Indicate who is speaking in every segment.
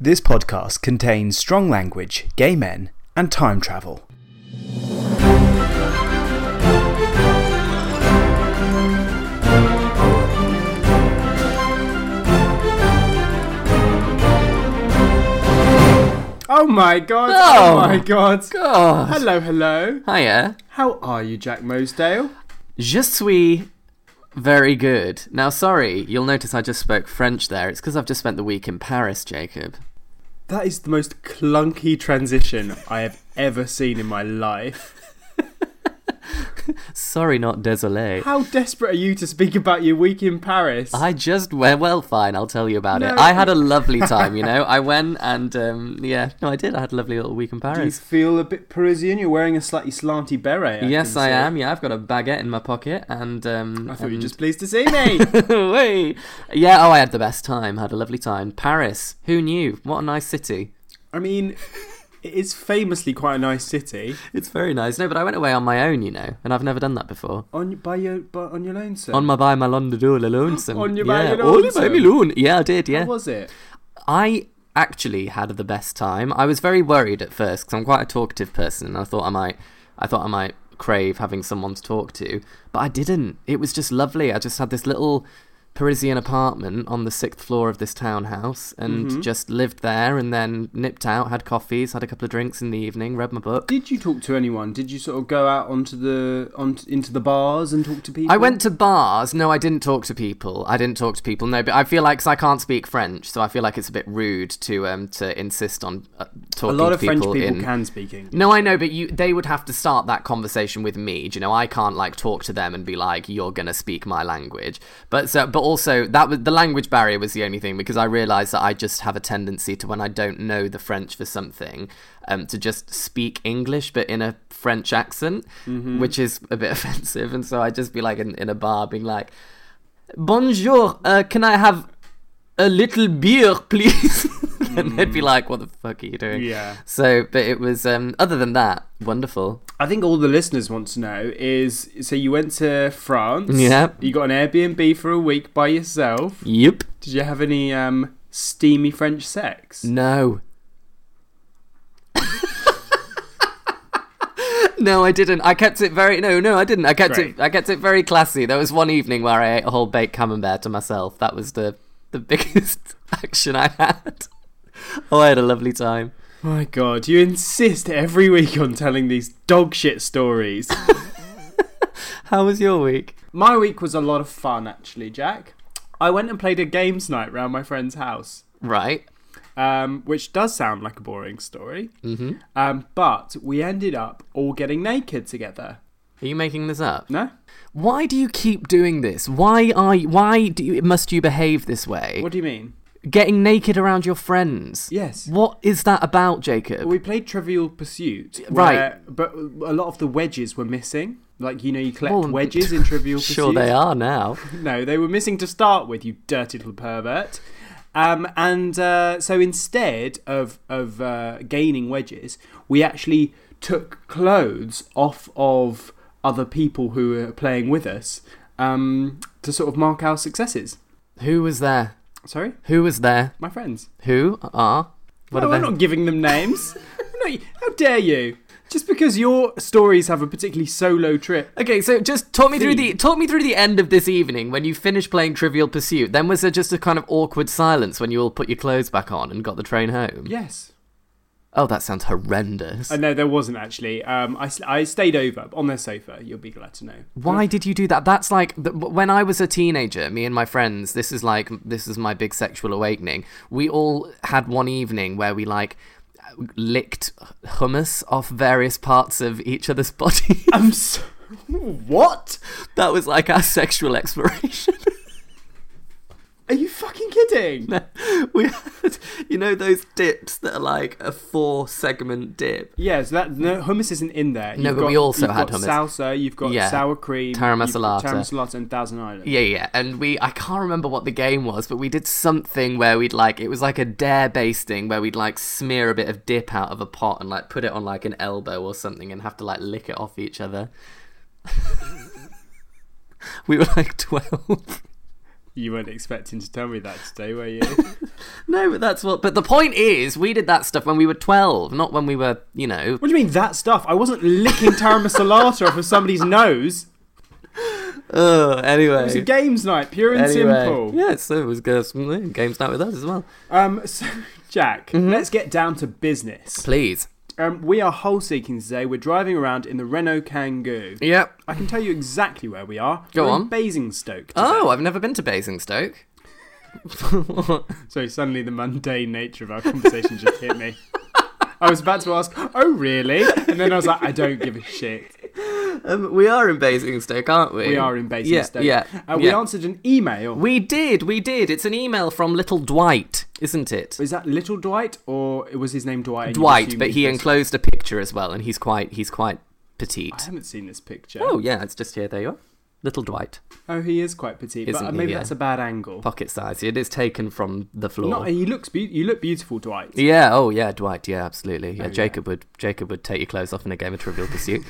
Speaker 1: This podcast contains strong language, gay men, and time travel.
Speaker 2: Oh my god!
Speaker 3: Oh.
Speaker 2: Oh, my god!
Speaker 3: God.
Speaker 2: Hello, hello.
Speaker 3: Hiya.
Speaker 2: How are you, Jack Mosdale?
Speaker 3: Je suis very good. Now, sorry, you'll notice I just spoke French there. It's because I've just spent the week in Paris, Jacob.
Speaker 2: That is the most clunky transition I have ever seen in my life.
Speaker 3: Sorry, not désolé.
Speaker 2: How desperate are you to speak about your week in Paris?
Speaker 3: I just went, well, fine, I'll tell you about it.
Speaker 2: No.
Speaker 3: I had a lovely time, you know. I went and, um, yeah, no, I did. I had a lovely little week in
Speaker 2: Do you
Speaker 3: Paris.
Speaker 2: feel a bit Parisian? You're wearing a slightly slanty beret. I
Speaker 3: yes,
Speaker 2: can
Speaker 3: I
Speaker 2: see.
Speaker 3: am. Yeah, I've got a baguette in my pocket and, um.
Speaker 2: I thought you were
Speaker 3: and-
Speaker 2: just pleased to see me.
Speaker 3: Hey. Yeah, oh, I had the best time. Had a lovely time. Paris. Who knew? What a nice city.
Speaker 2: I mean, it is famously quite a nice city.
Speaker 3: It's very nice. No, but I went away on my own, you know, and I've never done that before.
Speaker 2: On by your by, on your lonesome.
Speaker 3: On my by my London do lonesome.
Speaker 2: On your by
Speaker 3: yeah.
Speaker 2: your
Speaker 3: all by
Speaker 2: lonesome.
Speaker 3: me lone. Yeah, I did.
Speaker 2: How
Speaker 3: Yeah,
Speaker 2: was it?
Speaker 3: I actually had the best time. I was very worried at first because I'm quite a talkative person, and I thought I might, I thought I might crave having someone to talk to, but I didn't. It was just lovely. I just had this little Parisian apartment on the sixth floor of this townhouse, and
Speaker 2: Mm-hmm.
Speaker 3: just lived there, and then nipped out, had coffees, had a couple of drinks in the evening, read my book.
Speaker 2: Did you talk to anyone? Did you sort of go out onto the on into the bars and talk to people?
Speaker 3: I went to bars. No, I didn't talk to people. I didn't talk to people. No, but I feel like 'cause I can't speak French, so I feel like it's a bit rude to um to insist on uh,
Speaker 2: A
Speaker 3: talking
Speaker 2: lot
Speaker 3: to
Speaker 2: of French
Speaker 3: people
Speaker 2: people
Speaker 3: in.
Speaker 2: can speak English.
Speaker 3: No, I know, but you they would have to start that conversation with me. Do you know, I can't like talk to them and be like, "You're gonna speak my language." But so, but also that was the language barrier was the only thing because I realised that I just have a tendency to when I don't know the French for something, um, to just speak English but in a French accent,
Speaker 2: mm-hmm. Mm.
Speaker 3: which is a bit offensive. And so I would just be like in, in a bar, being like, "Bonjour, uh, can I have a little beer, please?" and they'd be like, "What the fuck are you doing?"
Speaker 2: Yeah.
Speaker 3: So, but it was. Um, other than that, wonderful.
Speaker 2: I think all the listeners want to know is so you went to France.
Speaker 3: Yeah.
Speaker 2: You got an Airbnb for a week by yourself.
Speaker 3: Yep.
Speaker 2: Did you have any um, steamy French sex?
Speaker 3: No. no, I didn't. I kept it very. No, no, I didn't. I kept
Speaker 2: Great.
Speaker 3: it. I kept it very classy. There was one evening where I ate a whole baked camembert to myself. That was the the biggest action I had. Oh, I had a lovely time.
Speaker 2: My God, you insist every week on telling these dog shit stories.
Speaker 3: How was your week?
Speaker 2: my week was a lot of fun actually, Jack. I went and played a games night round my friend's house.
Speaker 3: Right.
Speaker 2: um, which does sound like a boring story.
Speaker 3: Mm-hmm.
Speaker 2: Um, but we ended up all getting naked together.
Speaker 3: Are you making this up?
Speaker 2: No?
Speaker 3: Why do you keep doing this? Why are you, why do you, must you behave this way?
Speaker 2: What do you mean?
Speaker 3: Getting naked around your friends.
Speaker 2: Yes.
Speaker 3: What is that about, Jacob?
Speaker 2: We played Trivial Pursuit,
Speaker 3: Right.
Speaker 2: where- But a lot of the wedges were missing. Like you know, you collect
Speaker 3: Well,
Speaker 2: wedges in Trivial Pursuit.
Speaker 3: sure they are now.
Speaker 2: No, they were missing to start with. You dirty little pervert. Um, and uh, so instead of of uh, gaining wedges, we actually took clothes off of other people who were playing with us um, to sort of mark our successes.
Speaker 3: Who was there?
Speaker 2: Sorry,
Speaker 3: Who was there?
Speaker 2: my friends.
Speaker 3: Who are? What
Speaker 2: no,
Speaker 3: are
Speaker 2: I'm
Speaker 3: they?
Speaker 2: not giving them names. I'm not- how dare you? Just because your stories have a particularly solo trip.
Speaker 3: Okay, so just talk me through the talk me through the end of this evening when you finished playing Trivial Pursuit. Then was there just a kind of awkward silence when you all put your clothes back on and got the train home?
Speaker 2: Yes.
Speaker 3: Oh, that sounds horrendous.
Speaker 2: Uh, no, there wasn't actually. Um, I, s- I stayed over on their sofa. You'll be glad to know.
Speaker 3: Why did you do that? That's like the, when I was a teenager, me and my friends, this is like this is my big sexual awakening. We all had one evening where we like licked hummus off various parts of each other's body.
Speaker 2: I'm so. What?
Speaker 3: that was like our sexual exploration.
Speaker 2: Are you fucking kidding?
Speaker 3: we had, you know those dips that are like a four segment dip.
Speaker 2: Yeah, so that no, hummus isn't in there.
Speaker 3: No, but we also
Speaker 2: you've
Speaker 3: had
Speaker 2: got
Speaker 3: hummus.
Speaker 2: Salsa, you've got
Speaker 3: Yeah.
Speaker 2: sour cream,
Speaker 3: Taramasalata.
Speaker 2: taramasalata, and Thousand Island.
Speaker 3: Yeah, yeah, and we I can't remember what the game was, but we did something where we'd like it was like a dare based thing where we'd like smear a bit of dip out of a pot and like put it on like an elbow or something and have to like lick it off each other. we were like twelve.
Speaker 2: You weren't expecting to tell me that today, were you?
Speaker 3: No, but that's what. But the point is, we did that stuff when we were 12, not when we were, you know.
Speaker 2: what do you mean that stuff? I wasn't licking tiramisalata off of somebody's nose.
Speaker 3: Uh, anyway.
Speaker 2: It's a games night, pure and simple.
Speaker 3: Yeah, so it was good. Games night with us as well.
Speaker 2: Um, so Jack,
Speaker 3: Mm-hmm.
Speaker 2: let's get down to business.
Speaker 3: Please.
Speaker 2: Um, we are hole seeking today. We're driving around in the Renault Kangoo.
Speaker 3: Yep.
Speaker 2: I can tell you exactly where we are.
Speaker 3: Go
Speaker 2: We're
Speaker 3: on.
Speaker 2: In Basingstoke. Today.
Speaker 3: Oh, I've never been to Basingstoke.
Speaker 2: So suddenly the mundane nature of our conversation just hit me. I was about to ask, oh really? And then I was like, I don't give a shit.
Speaker 3: Um, we are in Basingstoke, aren't we?
Speaker 2: We are in Basingstoke.
Speaker 3: Yeah. yeah,
Speaker 2: Uh, we
Speaker 3: yeah.
Speaker 2: answered an email.
Speaker 3: We did, we did. It's an email from Little Dwight, isn't it?
Speaker 2: Is that Little Dwight or was his name Dwight? and you
Speaker 3: Dwight,
Speaker 2: assumed
Speaker 3: but
Speaker 2: he's
Speaker 3: he
Speaker 2: this-
Speaker 3: enclosed a picture as well, and he's quite he's quite petite.
Speaker 2: I haven't seen this picture.
Speaker 3: Oh yeah, it's just here. There you are, Little Dwight,
Speaker 2: Oh, he is quite petite,
Speaker 3: Isn't
Speaker 2: but uh,
Speaker 3: he,
Speaker 2: maybe
Speaker 3: yeah.
Speaker 2: that's a bad angle.
Speaker 3: pocket size. It is taken from the floor.
Speaker 2: Not, he looks be- you look beautiful, Dwight.
Speaker 3: Yeah. Oh, yeah, Dwight. Yeah, absolutely. Yeah, Jacob would Jacob would take your clothes off in a game of Trivial Pursuit.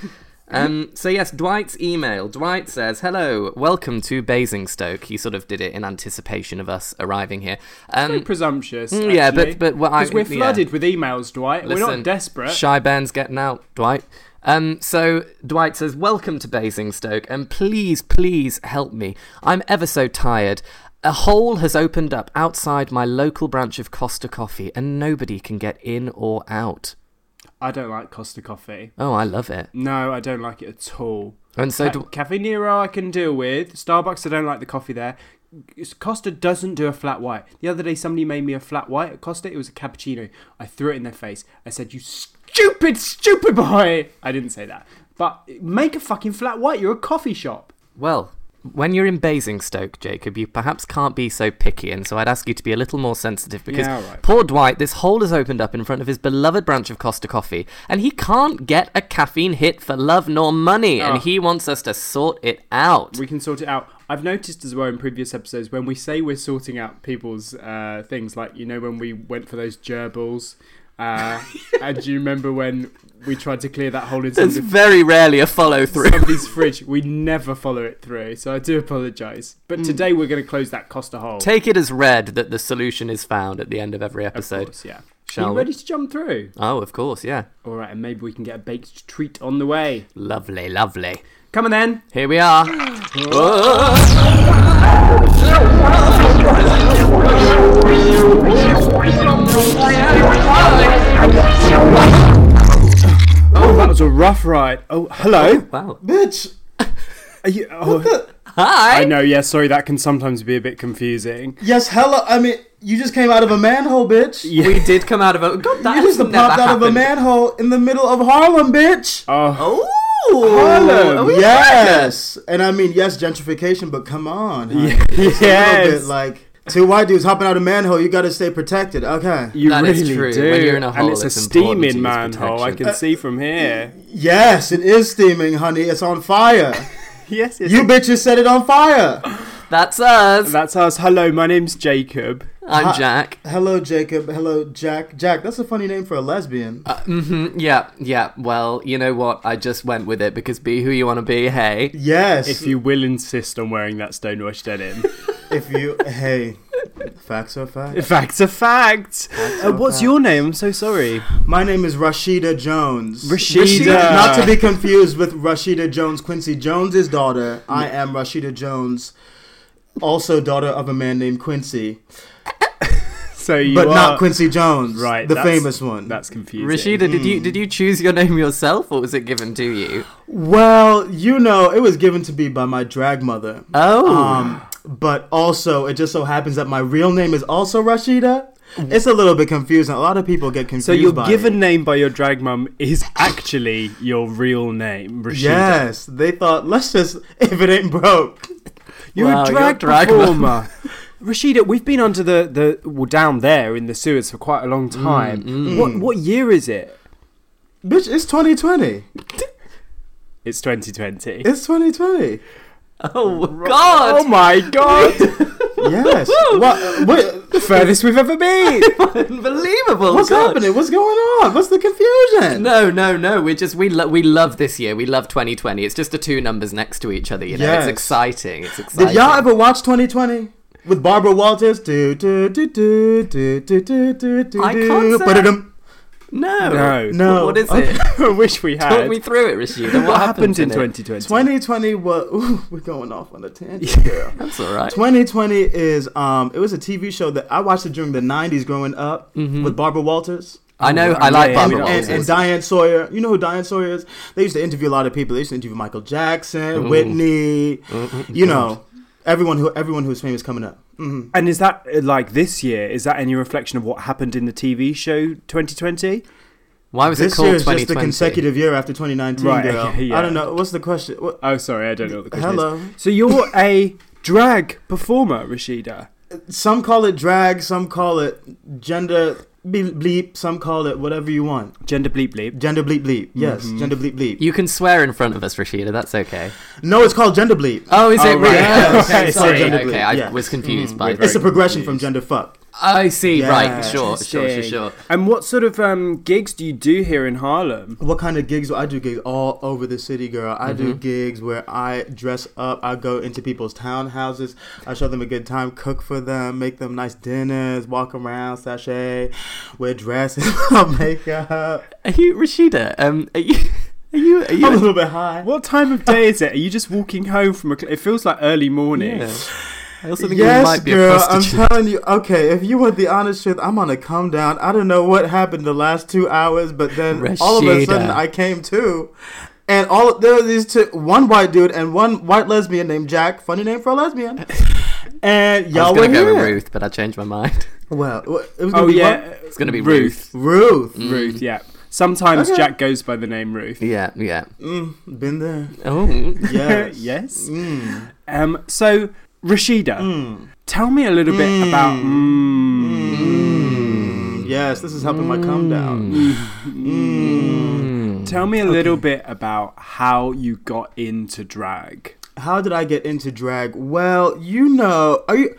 Speaker 3: um. So yes, Dwight's email. Dwight says, "Hello, welcome to Basingstoke." He sort of did it in anticipation of us arriving here. Um.
Speaker 2: Presumptuous.
Speaker 3: Mm, yeah, but- but what I-
Speaker 2: because we're
Speaker 3: yeah.
Speaker 2: flooded with emails, Dwight. we're
Speaker 3: Listen,
Speaker 2: not desperate.
Speaker 3: Shy Ben's getting out, Dwight. Um, so Dwight says, "Welcome to Basingstoke, and please, please help me. I'm ever so tired. A hole has opened up outside my local branch of Costa Coffee, and nobody can get in or out.
Speaker 2: I don't like Costa Coffee.
Speaker 3: Oh, I love it.
Speaker 2: No, I don't like it at all.
Speaker 3: And so,
Speaker 2: Ca-
Speaker 3: Dw-
Speaker 2: Uh, Cafe Nero I can deal with. Starbucks I don't like the coffee there. Costa doesn't do a flat white. The other day somebody made me a flat white at Costa. It was a cappuccino. I threw it in their face. I said, "You stupid, stupid boy!" I didn't say that, but make a fucking flat white. You're a coffee shop.
Speaker 3: well, when you're in Basingstoke, Jacob, you perhaps can't be so picky, and so I'd ask you to be a little more sensitive because
Speaker 2: Yeah, all right.
Speaker 3: poor Dwight, this hole has opened up in front of his beloved branch of Costa Coffee, and he can't get a caffeine hit for love nor money,
Speaker 2: Oh.
Speaker 3: and he wants us to sort it out.
Speaker 2: We can sort it out. I've noticed as well in previous episodes when we say we're sorting out people's uh, things, like you know when we went for those gerbils. Uh, and do you remember when we tried to clear that hole in
Speaker 3: There's
Speaker 2: somebody's
Speaker 3: very rarely a follow through.
Speaker 2: somebody's fridge. We never follow it through, so I do apologise. But today we're going to close that Costa hole.
Speaker 3: Hmm. Take it as read that the solution is found at the end of every
Speaker 2: of
Speaker 3: episode.
Speaker 2: course, yeah. Are
Speaker 3: Shall
Speaker 2: you
Speaker 3: we?
Speaker 2: ready to jump through?
Speaker 3: oh, of course, yeah.
Speaker 2: All right, and maybe we can get a baked treat on the way.
Speaker 3: Lovely, lovely.
Speaker 2: Come on then.
Speaker 3: Here we are.
Speaker 2: Oh, that was a rough ride. Oh, hello.
Speaker 3: Wow.
Speaker 4: Bitch!
Speaker 2: Are you, oh,
Speaker 3: Hi.
Speaker 2: I know. Yeah, sorry. That can sometimes be a bit confusing.
Speaker 4: Yes, hello. I mean, you just came out of a manhole, bitch. You
Speaker 3: We did come out of a. God, that has
Speaker 4: just
Speaker 3: never
Speaker 4: popped out of a
Speaker 3: happened.
Speaker 4: manhole in the middle of Harlem, bitch.
Speaker 2: Oh,
Speaker 3: Ooh.
Speaker 4: Harlem,
Speaker 2: are we
Speaker 4: yes. And I mean, yes, gentrification, but come on. honey. It's A little
Speaker 2: yes.
Speaker 4: bit like two white dudes hopping out of a manhole. You got to stay protected. Okay.
Speaker 2: you
Speaker 3: That
Speaker 2: really
Speaker 3: is true.
Speaker 2: do.
Speaker 3: When you're in a hole,
Speaker 2: and it's,
Speaker 3: it's
Speaker 2: a
Speaker 3: important to
Speaker 2: steaming
Speaker 3: use
Speaker 2: manhole. I
Speaker 3: protection. Uh,
Speaker 2: can see from here.
Speaker 4: Yes, it is steaming, honey. It's on fire.
Speaker 2: Yes, yes.
Speaker 4: you bitches set it on fire.
Speaker 3: That's us.
Speaker 2: That's us. Hello, my name's Jacob.
Speaker 3: I'm Jack.
Speaker 4: Hello, Jacob. Hello, Jack. Jack, that's a funny name for a lesbian.
Speaker 3: Mm, Yeah, yeah. Well, you know what? I just went with it because be who you want to be. Hey,
Speaker 4: yes.
Speaker 2: If you will insist on wearing that stonewashed denim.
Speaker 4: If you. hey. Facts are facts.
Speaker 2: Facts are facts. Uh, what's your name? I'm so sorry.
Speaker 4: My name is Rashida Jones.
Speaker 2: Rashida.
Speaker 4: Not to be confused with Rashida Jones, Quincy Jones's daughter. I am Rashida Jones, also daughter of a man named Quincy,
Speaker 2: So you
Speaker 4: but
Speaker 2: are-
Speaker 4: not Quincy Jones,
Speaker 2: Right,
Speaker 4: The
Speaker 2: that's-
Speaker 4: famous one.
Speaker 2: That's confusing.
Speaker 3: Rashida, did you did you choose your name yourself, or was it given to you?
Speaker 4: well, you know, it was given to me by my drag mother.
Speaker 3: Oh,
Speaker 4: Um, but also, it just so happens that my real name is also Rashida. It's a little bit confusing. A lot of people get confused.
Speaker 2: So your
Speaker 4: by
Speaker 2: given
Speaker 4: it.
Speaker 2: name by your drag mum is actually your real name, Rashida.
Speaker 4: Yes, they thought let's just if it ain't broke.
Speaker 2: You're a
Speaker 3: Wow, you're
Speaker 2: drag,
Speaker 3: a drag
Speaker 2: performer. Rashida, we've been under the, the well down there in the sewers for quite a long time. What what year is it?
Speaker 4: Bitch, it's 2020.
Speaker 2: It's 2020.
Speaker 4: It's 2020.
Speaker 3: oh
Speaker 2: Oh
Speaker 3: God!
Speaker 2: my god!
Speaker 4: Yes. what? What?
Speaker 2: the furthest we've ever been.
Speaker 3: Unbelievable!
Speaker 4: What's
Speaker 3: God.
Speaker 4: happening? What's going on? What's the confusion?
Speaker 3: No, no, no. We just we lo- we love this year. We love 2020. It's just the two numbers next to each other. You know,
Speaker 4: Yes.
Speaker 3: it's exciting. It's exciting.
Speaker 4: Did y'all ever watch 2020? with Barbara Walters. Do, do, do, do, do, do, do, do, do,
Speaker 3: I can't
Speaker 4: do.
Speaker 3: say-
Speaker 4: Ba-da-dum.
Speaker 3: No.
Speaker 2: No.
Speaker 4: No.
Speaker 3: What is
Speaker 4: Okay.
Speaker 3: it?
Speaker 2: I wish we had.
Speaker 3: Talk me through it, Rashida. What,
Speaker 2: what happened in
Speaker 3: it?
Speaker 2: 2020?
Speaker 4: 2020 was. Ooh, we're going off on a tangent, girl.
Speaker 3: That's all right.
Speaker 4: 2020 is um it was a TV show that I watched it during the 90s growing up
Speaker 3: Mm-hmm.
Speaker 4: with Barbara Walters.
Speaker 3: I know. I like
Speaker 2: yeah,
Speaker 3: Barbara
Speaker 2: yeah.
Speaker 4: and, and
Speaker 3: Walters.
Speaker 4: Diane Sawyer. You know who Diane Sawyer is? They used to interview a lot of people. They used to interview Michael
Speaker 2: Mm-hmm.
Speaker 4: Jackson, Whitney, you know, everyone who everyone who's famous coming up. hmm
Speaker 2: And is that uh, like this year? Is that any reflection of what happened in the TV show 2020?
Speaker 3: Why was it
Speaker 4: This
Speaker 3: called
Speaker 4: year is
Speaker 3: 2020?
Speaker 4: just the consecutive year after 2019,
Speaker 2: Right,
Speaker 4: girl.
Speaker 2: okay, yeah.
Speaker 4: I don't know. What's the question? What,
Speaker 2: Oh, sorry, I don't know what the question
Speaker 4: Hello.
Speaker 2: is. So you're a drag performer, Rashida.
Speaker 4: Some call it drag, some call it gender bleep, bleep, some call it whatever you want.
Speaker 2: Gender bleep bleep.
Speaker 4: Gender bleep bleep. Yes,
Speaker 2: Mm-hmm.
Speaker 4: gender bleep bleep.
Speaker 3: You can swear in front of us, Rashida. That's okay.
Speaker 4: no, it's called gender bleep.
Speaker 3: Oh, is
Speaker 2: Oh,
Speaker 3: it
Speaker 2: right.
Speaker 3: really?
Speaker 4: Yeah.
Speaker 3: Okay,
Speaker 4: Okay,
Speaker 3: sorry.
Speaker 4: sorry.
Speaker 3: Okay, I
Speaker 4: Yeah. Mm-hmm.
Speaker 3: was confused by
Speaker 2: we're
Speaker 3: this.
Speaker 4: It's a
Speaker 2: very
Speaker 4: progression from
Speaker 2: confused.
Speaker 4: gender fuck.
Speaker 3: I see.
Speaker 4: Yeah.
Speaker 3: Right. Sure. Sure. Sure.
Speaker 2: Interesting.
Speaker 3: Sure.
Speaker 2: And what sort of um, gigs do you do here in Harlem?
Speaker 4: What kind of gigs? do I do gigs all over the city, girl. I do gigs where I dress up. I go into people's townhouses. I show them a good time, cook for them, make them nice dinners, walk around, sashay, wear dresses, makeup.
Speaker 3: Are you Rashida? Um, are you? Are you? Are
Speaker 4: I'm a
Speaker 3: you?
Speaker 4: little bit high.
Speaker 2: Oh, What time of day is it? Are you just walking home from a? Cl- it feels like early morning.
Speaker 3: Yeah. I also think you
Speaker 4: Yes,
Speaker 3: might be a
Speaker 4: girl. I'm
Speaker 3: prostitute.
Speaker 4: telling you. Okay, if you want the honest truth, I'm on a come down. I don't know what happened the last two hours, but then all of a sudden
Speaker 3: Rashida.
Speaker 4: I came to, and all there were these two, one white dude and one white lesbian named Jack. Funny name for a lesbian. And
Speaker 3: I
Speaker 4: y'all
Speaker 3: was
Speaker 4: were
Speaker 3: gonna go
Speaker 4: here.
Speaker 3: with Ruth, but I changed my mind.
Speaker 4: Well, it was gonna
Speaker 2: Oh
Speaker 4: be
Speaker 2: yeah,
Speaker 3: It's gonna be
Speaker 2: Ruth.
Speaker 4: what? Ruth.
Speaker 2: Ruth. Yeah. Sometimes
Speaker 4: Okay.
Speaker 2: Jack goes by the name Ruth.
Speaker 3: Yeah. Yeah.
Speaker 4: Mm, been there.
Speaker 3: Oh.
Speaker 4: Yes.
Speaker 2: yes.
Speaker 4: Mm.
Speaker 2: Um. So Rashida,
Speaker 4: Mm.
Speaker 2: tell me a little bit
Speaker 4: Mm.
Speaker 2: about. Mm,
Speaker 4: Mm. Yes, this is helping my come down. Mm.
Speaker 3: Mm.
Speaker 2: Tell me a little bit about how you got into drag.
Speaker 4: How did I get into drag? Well, you know, are you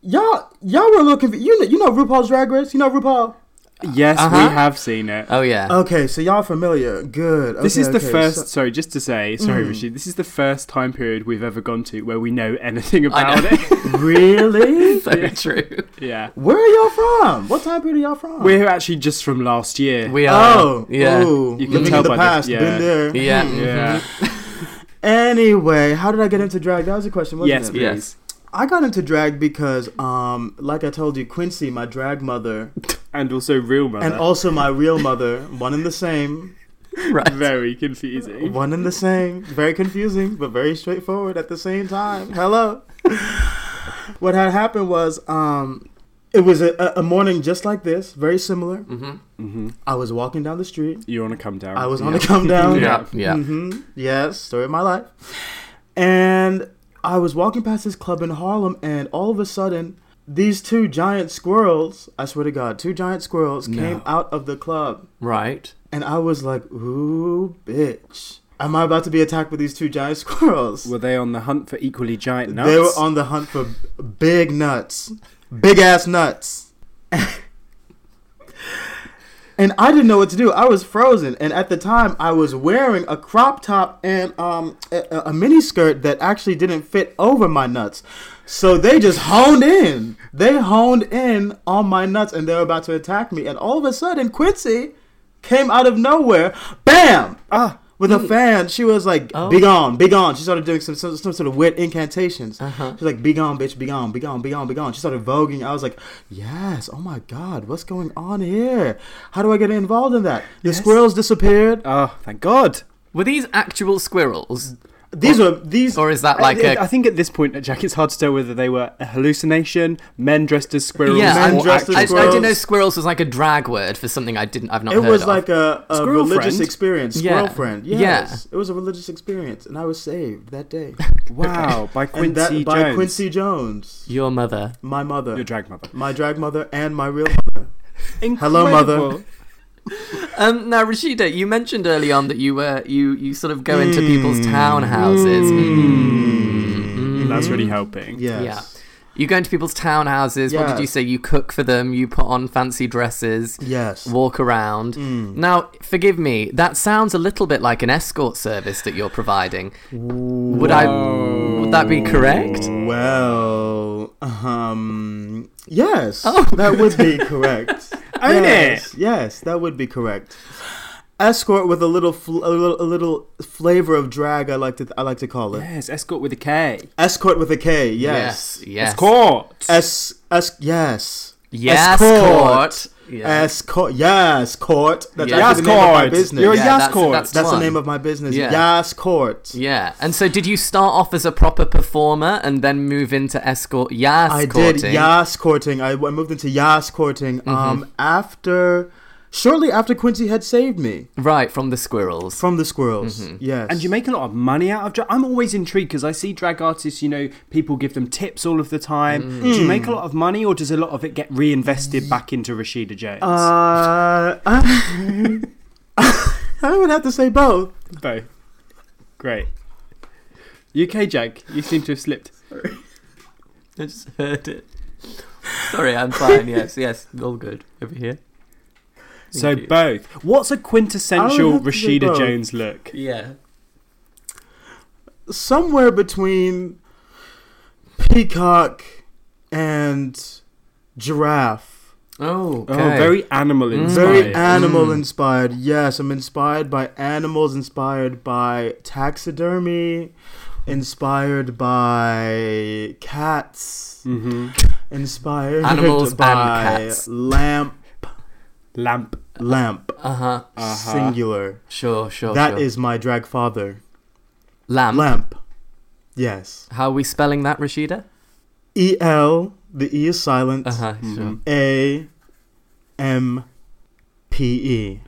Speaker 4: y'all y'all were looking for you know you know RuPaul's Drag Race? You know RuPaul? Uh,
Speaker 2: Yes,
Speaker 3: Uh-huh.
Speaker 2: we have seen it.
Speaker 3: Oh yeah.
Speaker 4: Okay, so y'all familiar. Good.
Speaker 2: This
Speaker 4: Uh, okay,
Speaker 2: is the
Speaker 4: okay,
Speaker 2: first.
Speaker 4: so- Hmm.
Speaker 2: sorry, just to say, sorry, Rashid. This is the first time period we've ever gone to where we know anything
Speaker 3: I
Speaker 2: about
Speaker 3: know.
Speaker 2: it.
Speaker 4: really?
Speaker 3: so true.
Speaker 2: yeah,
Speaker 4: Where are y'all from? What time period are y'all from?
Speaker 2: we're actually just from last year.
Speaker 3: We are.
Speaker 4: Oh,
Speaker 3: yeah.
Speaker 4: ooh,
Speaker 2: You can
Speaker 4: living
Speaker 2: tell
Speaker 4: in the
Speaker 2: by the-
Speaker 4: past,
Speaker 2: yeah.
Speaker 4: been there.
Speaker 3: Yeah. Mm-hmm.
Speaker 4: Hmm.
Speaker 2: yeah.
Speaker 4: Anyway, how did I get into drag? That was a question, Mm-hmm. wasn't
Speaker 2: Yes,
Speaker 4: it?
Speaker 2: please.
Speaker 3: Yes.
Speaker 4: I got into drag because, um, like I told you, Quincy, my drag mother,
Speaker 2: And also real mother.
Speaker 4: and also my real mother, one and the same,
Speaker 3: Right.
Speaker 4: Mm-hmm.
Speaker 2: Very confusing.
Speaker 4: one and the same. Very confusing, but very straightforward at the same time. Hello. what had happened was, um, it was a, a- a morning just like this, very similar.
Speaker 3: Mm-hmm.
Speaker 2: hmm
Speaker 4: I was walking down the street.
Speaker 2: You want to come down?
Speaker 4: I was on the come down.
Speaker 3: Yeah. Yeah.
Speaker 4: hmm Yes, story of my life. And I was walking past this club in Harlem, and all of a sudden, these two giant squirrels, I swear to God, two giant squirrels came out of the club.
Speaker 3: Right.
Speaker 4: And I was like, ooh, bitch. Am I about to be attacked with these two giant squirrels?
Speaker 2: Were they on the hunt for equally giant nuts?
Speaker 4: They were on the hunt for big nuts, big ass nuts. and I didn't know what to do. I was frozen, and at the time, I was wearing a crop top and um, a, a- a mini skirt that actually didn't fit over my nuts. So they just honed in. They honed in on my nuts, and they were about to attack me. And all of a sudden, Quincy came out of nowhere. Bam!
Speaker 2: Ah.
Speaker 4: with a fan. She was like,
Speaker 3: Oh.
Speaker 4: "Be gone, be gone." She started doing some some, some sort of weird incantations.
Speaker 3: Uh-huh.
Speaker 4: She's like, "Be gone, bitch, be gone, be gone, be gone, be gone." She started voguing. I was like, "Yes, oh my god, what's going on here? How do I get involved in that?" The
Speaker 2: Yes.
Speaker 4: squirrels disappeared.
Speaker 2: Oh, thank God.
Speaker 3: Were these actual squirrels,
Speaker 4: These were these.
Speaker 3: or is that like
Speaker 2: I, I
Speaker 3: a?
Speaker 2: think at this point, Jack, it's hard to tell whether they were a hallucination, men dressed as squirrels,
Speaker 3: Yeah,
Speaker 4: men
Speaker 2: or
Speaker 4: dressed
Speaker 2: actual
Speaker 4: as
Speaker 3: I, I
Speaker 4: squirrels.
Speaker 3: didn't know squirrels was like a drag word for something I didn't. I've not
Speaker 4: It
Speaker 3: heard
Speaker 4: was
Speaker 3: of.
Speaker 4: like a, a
Speaker 2: Squirrel
Speaker 4: religious
Speaker 2: friend?
Speaker 4: experience.
Speaker 3: Yeah.
Speaker 4: Squirrel friend.
Speaker 3: Yeah.
Speaker 4: Yes. It was a religious experience, and I was saved that day.
Speaker 2: Wow, by
Speaker 4: and
Speaker 2: Quincy
Speaker 4: that
Speaker 2: Jones.
Speaker 4: by Quincy Jones,
Speaker 3: your mother.
Speaker 4: my mother,
Speaker 2: Your drag mother.
Speaker 4: my drag mother, and my real mother. Hello, mother.
Speaker 2: Incredible.
Speaker 3: Um, now, Rashida, you mentioned early on that you were you you sort of go into Hmm. people's townhouses. Mm.
Speaker 4: Hmm.
Speaker 2: Hmm. That's really helping.
Speaker 4: Yes.
Speaker 3: Yeah. You go into people's townhouses. What did you
Speaker 4: Yes.
Speaker 3: say? You cook for them. You put on fancy dresses.
Speaker 4: Yes. Hmm.
Speaker 3: Walk around. Now, forgive me. That sounds a little bit like an escort service that you're providing. Would
Speaker 2: Oh.
Speaker 3: I? Would that be correct?
Speaker 4: Well, um, yes,
Speaker 3: Oh.
Speaker 4: that would be correct.
Speaker 2: Own
Speaker 4: yes, Yes, that would be correct. Escort with a little, fl- a little, a little flavor of drag. I like to, I like to call it.
Speaker 2: Yes, escort with a K.
Speaker 4: Escort with a K. Yes.
Speaker 3: Yes. Yes.
Speaker 2: Escort.
Speaker 4: Es, es, yes.
Speaker 3: Yes.
Speaker 4: Escort. Uh,
Speaker 3: Yeah.
Speaker 4: Escort. Yes, court. That's
Speaker 3: Yeah.
Speaker 4: actually the name of my
Speaker 2: Escort.
Speaker 4: business.
Speaker 2: You're a
Speaker 3: Yeah, that's-
Speaker 2: escort.
Speaker 3: that's-
Speaker 4: That's the
Speaker 3: one.
Speaker 4: name of my business.
Speaker 3: Yeah.
Speaker 4: Yes, court.
Speaker 3: Yeah, and so did you start off as a proper performer and then move into escort? Yes,
Speaker 4: I
Speaker 3: courting.
Speaker 4: did Yas courting. I, I moved into Yas courting um, after, shortly after Quincy had saved me
Speaker 3: Right from the squirrels.
Speaker 4: from the squirrels. Yes,
Speaker 2: And you make a lot of money out of drag. I'm always intrigued because I see drag artists, you know, people give them tips all of the time.
Speaker 3: Mm.
Speaker 2: Do you make a lot of money or does a lot of it get reinvested back into Rashida Jones?
Speaker 4: Uh, I, I would have to say both.
Speaker 2: Both. Great. UK Jack, you seem to have slipped.
Speaker 3: I just heard it. Sorry, I'm fine. Yes, yes, all good over here.
Speaker 2: so
Speaker 3: you.
Speaker 2: both. What's a
Speaker 4: I
Speaker 2: quintessential
Speaker 4: would have to say
Speaker 2: Rashida
Speaker 4: Oh, both.
Speaker 2: Jones look?
Speaker 3: Yeah.
Speaker 4: Somewhere between peacock and giraffe.
Speaker 3: Oh, okay.
Speaker 2: Oh, very animal
Speaker 3: Mm.
Speaker 2: inspired.
Speaker 4: Very animal inspired. Yes, I'm inspired by animals, inspired by taxidermy, inspired by cats,
Speaker 2: hmm
Speaker 4: inspired
Speaker 3: Animals and
Speaker 4: by
Speaker 3: cats.
Speaker 4: lamp,
Speaker 2: Lamp.
Speaker 4: lamp,
Speaker 3: Uh huh.
Speaker 2: Uh-huh.
Speaker 4: singular.
Speaker 3: Sure, sure.
Speaker 4: That is
Speaker 3: sure.
Speaker 4: my drag father.
Speaker 3: lamp.
Speaker 4: Lamp. Yes.
Speaker 3: How are we spelling that, Rashida?
Speaker 4: E L. The E is silent.
Speaker 3: Uh huh. Sure.
Speaker 4: A M P E.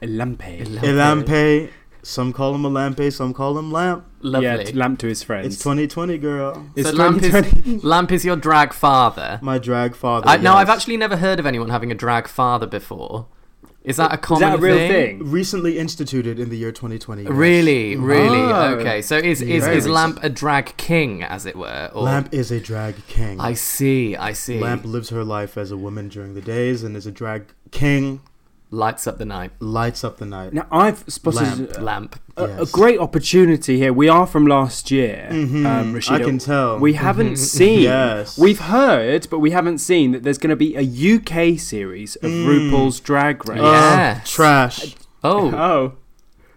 Speaker 2: A lampe.
Speaker 4: Elampe. Some call him Elampe. Some call him Lamp.
Speaker 3: Lovely.
Speaker 2: Yeah, t- lamp to his friends.
Speaker 4: It's 2020, girl.
Speaker 2: It's
Speaker 3: so lamp is
Speaker 2: 2020.
Speaker 3: lamp is your drag father.
Speaker 4: My drag father.
Speaker 3: I, No,
Speaker 4: yes.
Speaker 3: I've actually never heard of anyone having a drag father before. Is that a
Speaker 2: Is
Speaker 3: common
Speaker 2: that a real thing?
Speaker 4: recently instituted in the year 2020. yes. Mm-hmm.
Speaker 3: Really, really.
Speaker 4: Ah.
Speaker 2: Oh.
Speaker 3: Okay, so is is,
Speaker 4: Very
Speaker 3: is
Speaker 4: recent.
Speaker 3: Lamp a drag king, as it were? Or...
Speaker 4: Oh. Lamp is a drag king.
Speaker 3: I see. I see.
Speaker 4: Lamp lives her life as a woman during the days and is a drag king.
Speaker 3: lights up the night.
Speaker 4: Lights up the night.
Speaker 2: Now, I've spotted a-
Speaker 4: Lamp.
Speaker 3: Lamp.
Speaker 2: a, a
Speaker 4: Yes. Mm-hmm.
Speaker 2: great opportunity here. We are from last year, um, Rashida.
Speaker 4: I can tell. Mm-hmm.
Speaker 2: We haven't seen.
Speaker 4: Yes.
Speaker 2: We've heard, but we haven't seen that there's going to be a UK series of
Speaker 4: Mm.
Speaker 2: RuPaul's Drag Race.
Speaker 4: Uh,
Speaker 3: Yes.
Speaker 4: trash.
Speaker 3: Oh,
Speaker 2: Oh.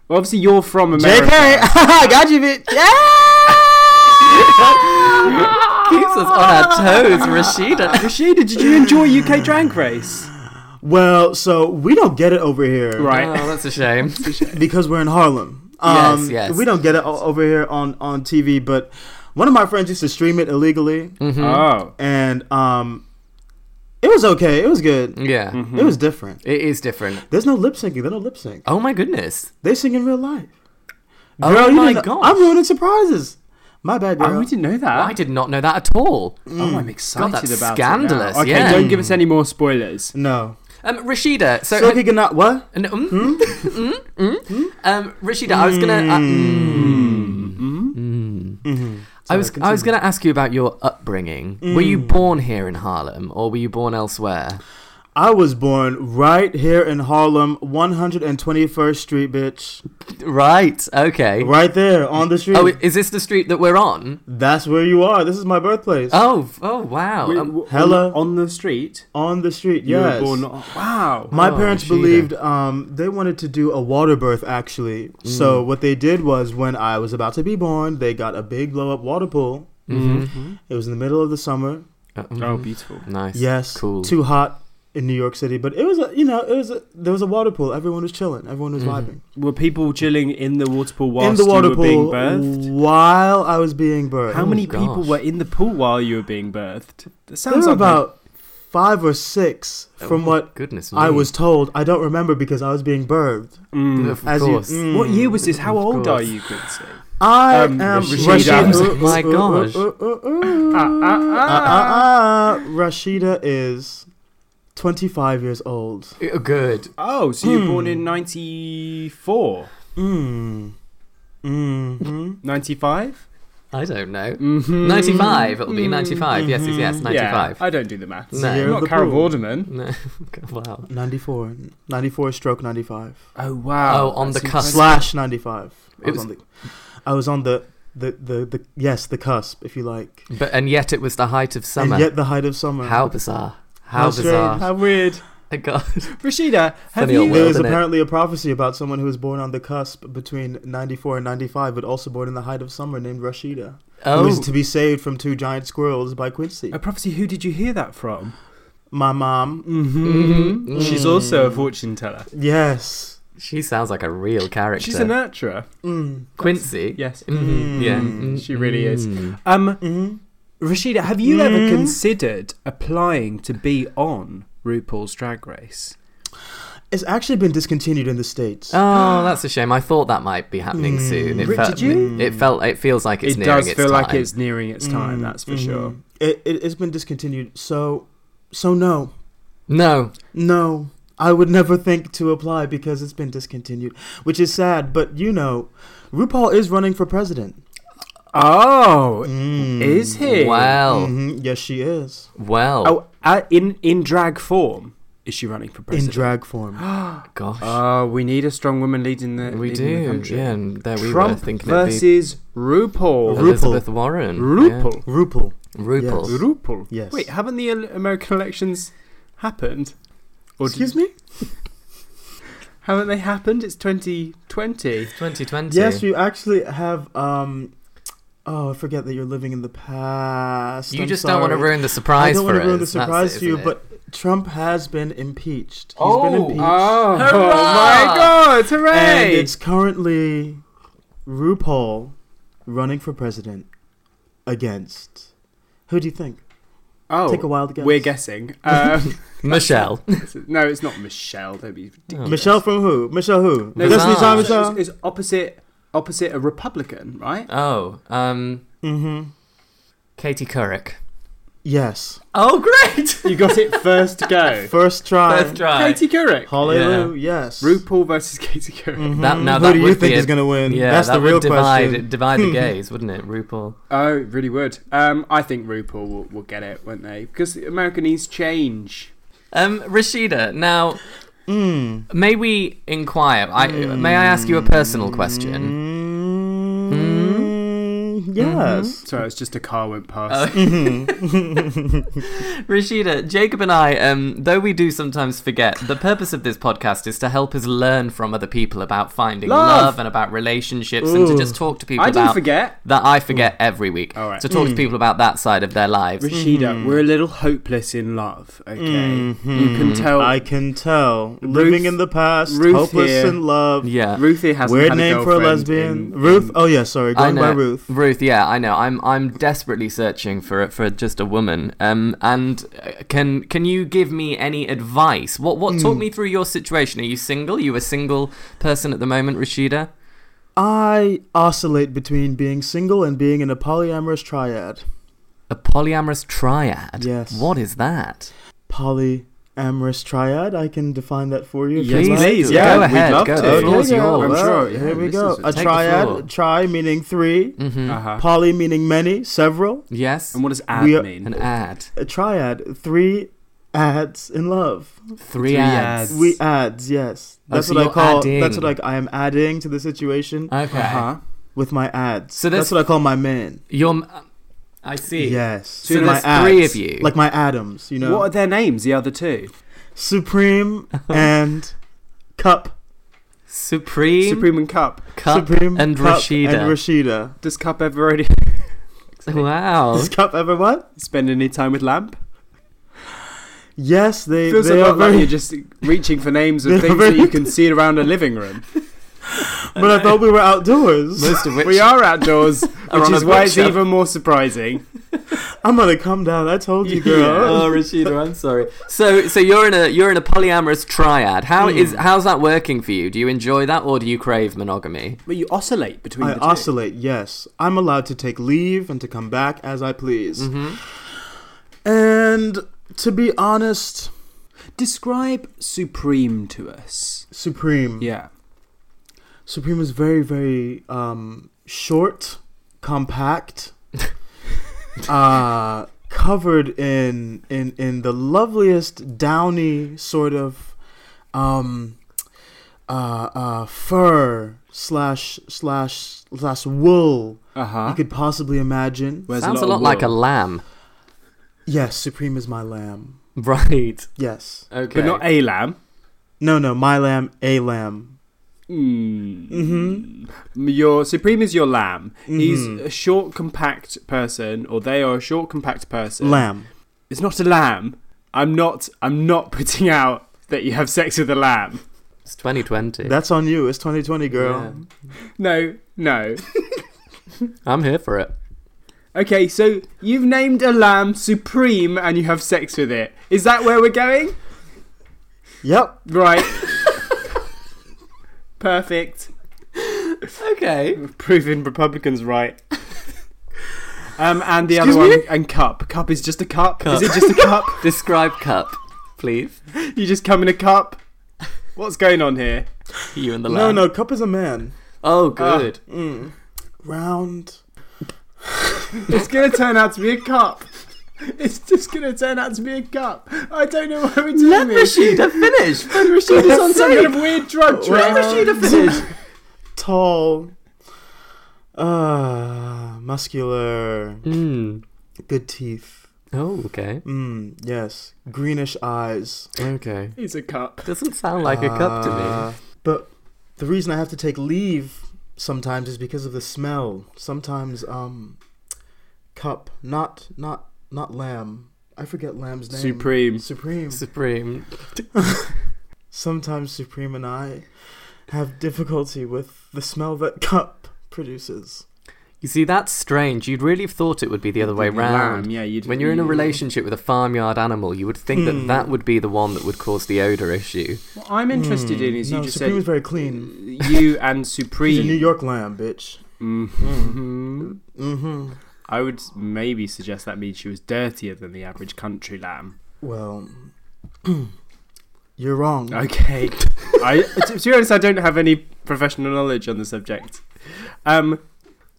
Speaker 2: Well, obviously, you're from America.
Speaker 4: JK, I got you, bitch. Ah.
Speaker 3: keeps us on our toes, Rashida.
Speaker 2: Rashida, did you enjoy UK Drag Race?
Speaker 4: Well, so we don't get it over here,
Speaker 2: Right.
Speaker 3: Oh, that's a shame.
Speaker 4: Because we're in Harlem.
Speaker 3: Yes,
Speaker 4: Um,
Speaker 3: yes.
Speaker 4: We don't get it o- over here on on TV, but one of my friends used to stream it illegally,
Speaker 3: Mm. mm-hmm.
Speaker 2: Oh.
Speaker 4: and um, it was okay. It was good.
Speaker 3: Yeah,
Speaker 4: It was different.
Speaker 3: it is different.
Speaker 4: There's no lip syncing. They don't lip sync.
Speaker 3: Oh my goodness.
Speaker 4: They sing in real life.
Speaker 3: Oh
Speaker 4: you
Speaker 3: my
Speaker 4: didn't know-
Speaker 3: gosh.
Speaker 4: I'm ruining surprises. My bad, girl.
Speaker 2: Oh, we didn't know that.
Speaker 3: I did not know that at all.
Speaker 2: Oh, I'm excited
Speaker 3: that's
Speaker 2: about
Speaker 3: scandalous,
Speaker 2: it. now. Okay,
Speaker 3: yeah.
Speaker 2: don't give us any more spoilers.
Speaker 4: No.
Speaker 3: Um, Rashida. So.
Speaker 4: Silky Gana- What?
Speaker 3: no, mm,
Speaker 4: Hmm?
Speaker 3: mm, mm. Um, Rashida, I was gonna. Uh, mm,
Speaker 2: Mm-hmm.
Speaker 3: mm. I was I was gonna ask you about your upbringing. Were
Speaker 4: Mm.
Speaker 3: you born here in Harlem or were you born elsewhere?
Speaker 4: I was born right here in Harlem, 121st Street, bitch.
Speaker 3: Right. Okay.
Speaker 4: Right there on the street.
Speaker 3: Oh, i- is this the street that we're on?
Speaker 4: That's where you are. This is my birthplace.
Speaker 3: Oh, f- oh wow.
Speaker 2: We-
Speaker 3: Um,
Speaker 2: w-
Speaker 4: Hella.
Speaker 2: On the street?
Speaker 4: On the street,
Speaker 2: You
Speaker 4: yes.
Speaker 2: were born. oh, Wow.
Speaker 4: my
Speaker 3: Oh,
Speaker 4: parents
Speaker 3: Rashida.
Speaker 4: believed um, they wanted to do a water birth, actually.
Speaker 2: Mm.
Speaker 4: So what they did was, when I was about to be born, they got a big blow up water pool.
Speaker 3: mhm.
Speaker 4: It was in the middle of the summer.
Speaker 3: Uh, mhm.
Speaker 2: Oh, beautiful.
Speaker 3: nice.
Speaker 4: Yes,
Speaker 3: Cool.
Speaker 4: too hot in New York City, but it was a, you know it was a, there was a water pool. Everyone was chilling. Everyone was vibing
Speaker 2: Were people chilling in the water pool whilst
Speaker 4: in the water
Speaker 2: Mm-hmm. you were being
Speaker 4: pool
Speaker 2: birthed?
Speaker 4: while I was being birthed.
Speaker 2: How many people
Speaker 3: Oh, gosh.
Speaker 2: were in the pool while you were being birthed? That
Speaker 4: There
Speaker 2: sounds
Speaker 4: were
Speaker 2: like
Speaker 4: about five or six, from
Speaker 3: Oh,
Speaker 4: what
Speaker 3: Goodness.
Speaker 4: I
Speaker 3: me.
Speaker 4: was told. I don't remember because I was being birthed.
Speaker 2: Mm.
Speaker 3: Of
Speaker 4: as you-
Speaker 3: course.
Speaker 4: mm.
Speaker 2: What year was this? How
Speaker 3: hmm, Of
Speaker 2: old are
Speaker 3: course.
Speaker 2: you, Quincy?
Speaker 4: I
Speaker 2: Um,
Speaker 4: am
Speaker 2: Rashida.
Speaker 4: Rashida.
Speaker 3: Oh my gosh.
Speaker 4: Ah, ah, ah. Rashida is 25 years old.
Speaker 3: Uh, Good.
Speaker 2: Oh, so you were born
Speaker 4: Hmm.
Speaker 2: in 94,
Speaker 4: Mm. Mm.
Speaker 2: 95?
Speaker 3: I don't know.
Speaker 4: Mm-hmm.
Speaker 3: 95. Uh, It'll be 95. Yes, yes, yes. 95.
Speaker 2: Hmm. Yeah, I don't do the maths.
Speaker 3: No.
Speaker 2: I'm
Speaker 4: Zero
Speaker 2: not
Speaker 4: the
Speaker 2: Carol
Speaker 4: pool.
Speaker 2: Vorderman.
Speaker 3: No. wow.
Speaker 4: 94. 94 stroke 95.
Speaker 2: Oh wow.
Speaker 3: Oh, on the
Speaker 2: That's
Speaker 3: cusp.
Speaker 2: impressive.
Speaker 4: Slash 95. I
Speaker 3: It
Speaker 4: was,
Speaker 3: was-
Speaker 4: on the, I was on the, the, the, the, yes, the cusp, if you like.
Speaker 3: But and yet it was the height of summer.
Speaker 4: And yet the height of summer.
Speaker 3: how bizarre. How,
Speaker 4: How strange,
Speaker 3: bizarre.
Speaker 2: How weird.
Speaker 3: Oh, God.
Speaker 2: Rashida, have
Speaker 3: Funny old
Speaker 2: you?
Speaker 4: There
Speaker 3: world.
Speaker 4: is
Speaker 3: isn't it?
Speaker 4: apparently a prophecy about someone who was born on the cusp between 94 and 95, but also born in the height of summer, named Rashida, who
Speaker 3: Oh,
Speaker 4: is to be saved from two giant squirrels by Quincy.
Speaker 2: A prophecy. Who did you hear that from?
Speaker 4: My mom.
Speaker 2: Mm-hmm.
Speaker 3: Mhm.
Speaker 2: She's
Speaker 4: Mm.
Speaker 2: also a fortune teller.
Speaker 4: Yes.
Speaker 3: she sounds like a real character.
Speaker 2: She's a nurturer.
Speaker 4: Mm.
Speaker 3: Quincy.
Speaker 2: Yes.
Speaker 3: Mhm, Yeah.
Speaker 4: Mm,
Speaker 2: she really is. Mm-hmm.
Speaker 3: Mm.
Speaker 2: Mm-hmm. Um,
Speaker 4: Mm-hmm.
Speaker 2: Rashida, have you ever
Speaker 4: Mm.
Speaker 2: considered applying to be on RuPaul's Drag Race?
Speaker 4: It's actually been discontinued in the States. Mm.
Speaker 3: Oh, that's a shame. I thought that might be happening soon. It
Speaker 2: Mm. Rick,
Speaker 3: felt,
Speaker 2: did you?
Speaker 3: It felt. It feels like it's
Speaker 2: it
Speaker 3: nearing
Speaker 2: does
Speaker 3: its
Speaker 2: feel like
Speaker 3: time.
Speaker 2: it's nearing its time.
Speaker 4: Mm,
Speaker 2: That's for
Speaker 4: mhm.
Speaker 2: sure.
Speaker 4: It, it, it's been discontinued. So, so no.
Speaker 3: No.
Speaker 4: No. I would never think to apply because it's been discontinued, which is sad, but you know, RuPaul is running for president.
Speaker 2: Oh,
Speaker 4: Mm.
Speaker 2: is he?
Speaker 3: Well.
Speaker 4: Mhm. Yes, she is.
Speaker 3: Well.
Speaker 2: Oh, uh, in in drag form, is she running for
Speaker 4: In
Speaker 2: president?
Speaker 4: drag form.
Speaker 3: gosh.
Speaker 2: Oh, we need a strong woman leading the
Speaker 3: we
Speaker 2: leading the
Speaker 3: do.
Speaker 2: country.
Speaker 3: Yeah. And there we were
Speaker 2: Trump
Speaker 3: thinking it'd be
Speaker 2: versus RuPaul.
Speaker 4: Ru-
Speaker 3: Elizabeth Warren.
Speaker 2: RuPaul.
Speaker 4: RuPaul.
Speaker 3: Yeah. RuPaul.
Speaker 4: Yes.
Speaker 2: RuPaul.
Speaker 4: Yes.
Speaker 2: Wait, haven't the el- American elections happened? Or did-
Speaker 4: Excuse me?
Speaker 2: haven't they happened? It's 2020.
Speaker 3: 2020.
Speaker 4: Yes, you actually have. um Oh, I forget that you're living in the past.
Speaker 3: You
Speaker 4: I'm
Speaker 3: just don't want to
Speaker 4: sorry.
Speaker 3: ruin the surprise
Speaker 4: I don't
Speaker 3: for
Speaker 4: want
Speaker 3: us.
Speaker 4: to ruin the
Speaker 3: That's it,
Speaker 4: surprise for you,
Speaker 3: isn't it?
Speaker 4: but Trump has been impeached. He's been
Speaker 3: Oh,
Speaker 4: impeached.
Speaker 2: Oh,
Speaker 3: Hurrah!
Speaker 2: my God! Hooray!
Speaker 4: and it's currently RuPaul running for president against. Who do you think?
Speaker 2: oh,
Speaker 4: Take a wild guess.
Speaker 2: We're guessing. Um,
Speaker 3: Michelle.
Speaker 2: no, it's not Michelle. Don't be ridiculous.
Speaker 4: Michelle from who? Michelle who?
Speaker 2: No,
Speaker 4: Destiny
Speaker 3: Visage.
Speaker 4: Child
Speaker 2: it's,
Speaker 4: Michelle?
Speaker 2: it's opposite opposite a Republican, right?
Speaker 3: Oh, um,
Speaker 4: Mm-hmm.
Speaker 3: Katie Couric.
Speaker 4: Yes.
Speaker 3: Oh, great!
Speaker 2: You got it first go.
Speaker 4: First try.
Speaker 3: First try.
Speaker 2: Katie Couric.
Speaker 4: Hallelujah. Yes.
Speaker 2: RuPaul versus Katie Couric.
Speaker 4: Mhm.
Speaker 3: That- now
Speaker 4: who
Speaker 3: that
Speaker 4: do you
Speaker 3: would be
Speaker 4: think
Speaker 3: a-
Speaker 4: is going to win?
Speaker 3: Yeah,
Speaker 4: That's
Speaker 3: that
Speaker 4: the real
Speaker 3: would divide,
Speaker 4: question.
Speaker 3: divide the gaze, wouldn't it, RuPaul?
Speaker 2: Oh, it really would. Um, I think RuPaul will, will get it, won't they? Because the America needs change.
Speaker 3: Um, Rashida, now
Speaker 4: Mm.
Speaker 3: may we inquire? I, May I ask you a personal question?
Speaker 4: Mm. Yes.
Speaker 2: Sorry, it's just a car went past.
Speaker 4: Mm-hmm.
Speaker 3: Rashida, Jacob and I, um, though we do sometimes forget, the purpose of this podcast is to help us learn from other people about finding
Speaker 2: Love.
Speaker 3: love, and about relationships and to
Speaker 4: Ooh.
Speaker 3: just talk to people
Speaker 2: I do
Speaker 3: about
Speaker 2: forget.
Speaker 3: that I forget every week.
Speaker 2: All right.
Speaker 3: To
Speaker 4: Mm.
Speaker 3: talk to people about that side of their lives.
Speaker 2: Rashida,
Speaker 4: Mm-hmm.
Speaker 2: we're a little hopeless in love, okay? You can tell
Speaker 4: Mm-hmm. I can tell. Living in the past,
Speaker 2: Ruth
Speaker 4: hopeless
Speaker 2: here.
Speaker 4: in love.
Speaker 3: yeah.
Speaker 2: Ruthie hasn't
Speaker 4: Weird
Speaker 2: had a
Speaker 4: name for a
Speaker 2: girlfriend
Speaker 4: lesbian.
Speaker 2: in-
Speaker 4: Ruth.
Speaker 2: in-
Speaker 4: oh yeah, sorry.
Speaker 3: I
Speaker 4: Going by
Speaker 3: know.
Speaker 4: Ruth.
Speaker 3: Ruth, yeah, I know. I'm I'm desperately searching for for just a woman. Um, and uh, can can you give me any advice? What what
Speaker 4: Hmm.
Speaker 3: talk me through your situation? Are you single? Are you a single person at the moment, Rashida?
Speaker 4: I oscillate between being single and being in a polyamorous triad.
Speaker 3: A polyamorous triad.
Speaker 4: Yes.
Speaker 3: What is that?
Speaker 4: Polyamorous triad. I can define that for you. if
Speaker 2: Yes,
Speaker 4: you'd like.
Speaker 2: please,
Speaker 3: go
Speaker 2: yeah, we'd
Speaker 3: ahead.
Speaker 2: love
Speaker 3: go.
Speaker 2: to.
Speaker 3: The
Speaker 2: Okay,
Speaker 3: floor's
Speaker 2: yeah,
Speaker 3: yours.
Speaker 2: I'm
Speaker 4: well,
Speaker 2: sure, yeah,
Speaker 4: here we
Speaker 2: this
Speaker 4: go.
Speaker 2: is-
Speaker 4: A
Speaker 3: take the floor.
Speaker 4: triad. Tri meaning 3
Speaker 3: Mhm.
Speaker 2: Uh-huh.
Speaker 4: Poly meaning many, several.
Speaker 3: Yes.
Speaker 2: And what does ad
Speaker 4: We are-
Speaker 2: mean?
Speaker 3: An ad.
Speaker 4: A triad. Three ads in love.
Speaker 3: Three ads.
Speaker 2: ads.
Speaker 4: We adds. Yes.
Speaker 3: Oh,
Speaker 4: That's
Speaker 3: so
Speaker 4: what I
Speaker 3: you're
Speaker 4: call. That's
Speaker 3: adding.
Speaker 4: what I, I am adding to the situation
Speaker 3: Okay.
Speaker 2: Uh-huh.
Speaker 4: with my ads.
Speaker 3: So
Speaker 4: So
Speaker 3: that's-
Speaker 4: that's, what I call my man.
Speaker 3: You're. I see.
Speaker 4: Yes.
Speaker 3: So there's
Speaker 4: my
Speaker 3: three
Speaker 4: ads,
Speaker 3: of you.
Speaker 4: Like my Adams, you know.
Speaker 2: What are their names, the other two?
Speaker 4: Supreme and Cup.
Speaker 3: Supreme,
Speaker 2: Supreme and Cup.
Speaker 3: Cup,
Speaker 4: Supreme
Speaker 3: and
Speaker 4: Cup
Speaker 3: Rashida.
Speaker 4: And Rashida.
Speaker 2: Does Cup ever already
Speaker 3: wow.
Speaker 4: Does Cup ever what?
Speaker 2: spend any time with Lamp?
Speaker 4: Yes, they
Speaker 2: feels a
Speaker 4: they are
Speaker 2: lot like
Speaker 4: very.
Speaker 2: you're just reaching for names of
Speaker 4: They're
Speaker 2: things that
Speaker 4: very-
Speaker 2: you can see around a living room.
Speaker 4: but I thought we were outdoors.
Speaker 3: Most of which
Speaker 2: We are outdoors, which
Speaker 3: on
Speaker 2: is
Speaker 3: a
Speaker 2: why it's
Speaker 3: bookshelf.
Speaker 2: even more surprising.
Speaker 4: I'm gonna come down. I told you, girl.
Speaker 3: Oh, Rashida, I'm sorry. So, so you're in a you're in a polyamorous triad. How is how's that working for you? Do you enjoy that, or do you crave monogamy?
Speaker 2: But you oscillate between
Speaker 4: I
Speaker 2: the
Speaker 4: oscillate. Yes, I'm allowed to take leave and to come back as I please.
Speaker 3: Mm-hmm.
Speaker 4: And to be honest,
Speaker 2: two. Describe Supreme to us. Mm.
Speaker 4: Supreme.
Speaker 2: Yeah.
Speaker 4: Supreme is very, very um, short, compact, uh, covered in in in the loveliest downy sort of um, uh, uh, fur slash slash slash wool
Speaker 2: Uh huh.
Speaker 4: you could possibly imagine.
Speaker 2: Where's
Speaker 3: Sounds a lot like a lamb.
Speaker 4: Yes, Supreme is my lamb.
Speaker 3: Right.
Speaker 4: Yes.
Speaker 3: Okay.
Speaker 2: but not a lamb.
Speaker 4: No, no, my lamb, a lamb.
Speaker 2: Mm. hmm Your supreme is your lamb. He's
Speaker 4: Mhm.
Speaker 2: a short, compact person, or they are a short, compact person.
Speaker 4: Lamb.
Speaker 2: It's not a lamb. I'm not. I'm not putting out that you have sex with a lamb.
Speaker 3: it's 2020.
Speaker 4: That's on you. It's 2020, girl.
Speaker 3: Yeah.
Speaker 2: No, no.
Speaker 3: I'm here for it.
Speaker 2: Okay, so you've named a lamb supreme, and you have sex with it. Is that where we're going?
Speaker 4: Yep.
Speaker 2: Right. Perfect.
Speaker 3: Okay.
Speaker 2: Proven Republicans right. Um, and the
Speaker 4: Excuse
Speaker 2: other
Speaker 4: me?
Speaker 2: one, and cup. Cup is just a cup.
Speaker 3: Cup.
Speaker 2: Is it just a cup?
Speaker 3: Describe cup, please.
Speaker 2: you just come in a cup. What's going on here?
Speaker 3: You and the
Speaker 4: No,
Speaker 3: lamb.
Speaker 4: no, cup is a man.
Speaker 3: Oh, good.
Speaker 4: Mm. Round.
Speaker 2: It's gonna turn out to be a cup. It's just gonna turn out to be a cup. I don't know where we're doing
Speaker 3: Let
Speaker 2: this.
Speaker 3: Rashid have finished.
Speaker 2: Rashid is on some
Speaker 3: sake.
Speaker 2: kind of weird drug trip.
Speaker 4: Let
Speaker 3: Rashid have finished.
Speaker 4: Tall. Uh, muscular.
Speaker 3: Mm.
Speaker 4: Good teeth.
Speaker 3: Oh, okay.
Speaker 4: Mm, yes. Greenish eyes.
Speaker 3: Okay. Ah.
Speaker 2: He's a cup.
Speaker 3: Doesn't sound like a cup to me.
Speaker 4: Uh, But the reason I have to take leave sometimes is because of the smell. Sometimes, um, cup, not not not lamb. I forget lamb's name.
Speaker 2: Supreme.
Speaker 4: Supreme.
Speaker 3: Supreme.
Speaker 4: Sometimes Supreme and I have difficulty with the smell that cup produces.
Speaker 3: You see, that's strange. You'd really have thought it would be the other way round.
Speaker 2: Yeah, you'd,
Speaker 3: When you're in a
Speaker 2: you-
Speaker 3: relationship with a farmyard animal, you would think that
Speaker 4: Hmm.
Speaker 3: that would be the one that would cause the odor issue.
Speaker 2: What I'm interested
Speaker 4: Mm,
Speaker 2: in is
Speaker 4: no,
Speaker 2: you just
Speaker 4: Supreme is
Speaker 2: said
Speaker 4: very clean.
Speaker 2: you and
Speaker 4: He's a
Speaker 2: Supreme.
Speaker 4: New York lamb, bitch.
Speaker 2: Mhm.
Speaker 4: Mm-hmm.
Speaker 2: I would maybe suggest that means she was dirtier than the average country lamb.
Speaker 4: Well, you're wrong.
Speaker 2: Okay. I, to, to be honest, I don't have any professional knowledge on the subject. Um,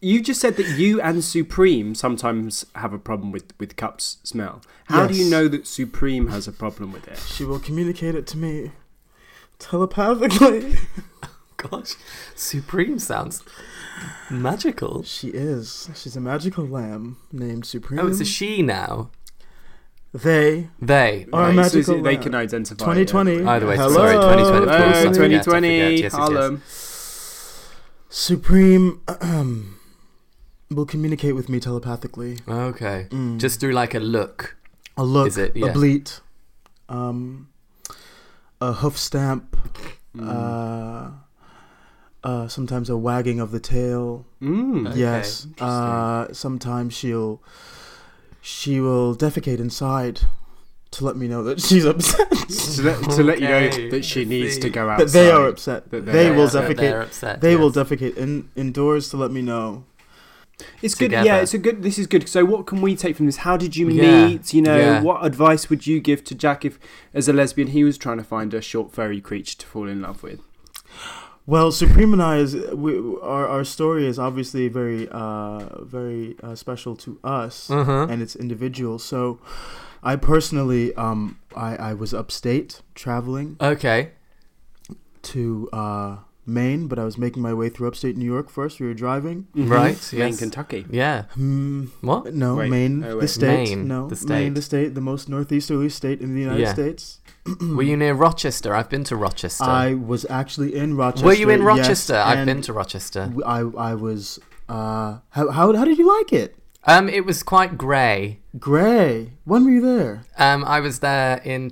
Speaker 2: you just said that you and Supreme sometimes have a problem with, with Cup's smell. How do you
Speaker 4: Yes.
Speaker 2: know that Supreme has a problem with it?
Speaker 4: She will communicate it to me telepathically.
Speaker 3: Gosh, Supreme sounds magical.
Speaker 4: She is. She's a magical lamb named Supreme.
Speaker 3: Oh, it's a she now.
Speaker 4: They.
Speaker 3: They.
Speaker 4: Or
Speaker 2: Right,
Speaker 4: a
Speaker 2: so
Speaker 4: magical
Speaker 2: is it- they
Speaker 4: lamb.
Speaker 2: can identify.
Speaker 4: 2020.
Speaker 2: it.
Speaker 3: Either way,
Speaker 4: Hello.
Speaker 3: sorry, 2020, of course. I
Speaker 2: Hello,
Speaker 3: forget, I
Speaker 2: 2020.
Speaker 3: forget. Yes, yes, yes.
Speaker 2: Harlem.
Speaker 4: Supreme ahem, will communicate with me telepathically.
Speaker 3: Okay.
Speaker 4: Mm.
Speaker 3: Just through like a look.
Speaker 4: a look,
Speaker 3: Is it- yeah.
Speaker 4: a bleat, um, a hoof stamp,
Speaker 2: Mm.
Speaker 4: uh, uh, sometimes a wagging of the tail.
Speaker 2: Mm.
Speaker 3: Okay,
Speaker 4: yes. Uh, sometimes she'll she will defecate inside to let me know that she's upset.
Speaker 2: To, let, to let you
Speaker 3: Okay,
Speaker 2: know that she
Speaker 3: I
Speaker 2: needs
Speaker 3: see.
Speaker 2: to go
Speaker 4: that
Speaker 2: outside.
Speaker 4: they are upset.
Speaker 2: That
Speaker 4: they
Speaker 2: they're
Speaker 4: will
Speaker 2: upset.
Speaker 4: defecate.
Speaker 3: They're upset.
Speaker 4: They
Speaker 3: yes.
Speaker 4: will defecate in, indoors to let me know.
Speaker 2: It's good. Yeah,
Speaker 3: together.
Speaker 2: it's a good. This is good. So, what can we take from this? How did you
Speaker 3: Yeah,
Speaker 2: meet? You know,
Speaker 3: yeah.
Speaker 2: what advice would you give to Jack if, as a lesbian, he was trying to find a short, furry creature to fall in love with?
Speaker 4: Well, Supreme and I is we, our our story is obviously very uh, very uh, special to us,
Speaker 3: Uh-huh.
Speaker 4: and it's individual. So, I personally um, I I was upstate traveling
Speaker 3: Okay.
Speaker 4: to uh, Maine, but I was making my way through upstate New York first. We were driving.
Speaker 3: Right,
Speaker 2: Mm-hmm. Maine,
Speaker 3: yes.
Speaker 2: Kentucky.
Speaker 3: Yeah.
Speaker 4: Hmm.
Speaker 3: What?
Speaker 4: No,
Speaker 2: Wait,
Speaker 4: Maine,
Speaker 2: oh,
Speaker 4: the
Speaker 2: wait.
Speaker 4: state.
Speaker 3: Maine,
Speaker 4: no,
Speaker 3: the
Speaker 4: Maine,
Speaker 3: state.
Speaker 4: the state, the most northeasterly state in the United
Speaker 3: Yeah.
Speaker 4: States.
Speaker 3: Were you near Rochester? I've been to Rochester.
Speaker 4: I was actually in Rochester.
Speaker 3: Were you in
Speaker 4: yes,
Speaker 3: Rochester? I've
Speaker 4: and
Speaker 3: been to Rochester.
Speaker 4: w- I I was. Uh, how, how how did you like it?
Speaker 3: Um, it was quite grey.
Speaker 4: Gray, when were you there?
Speaker 3: Um, I was there in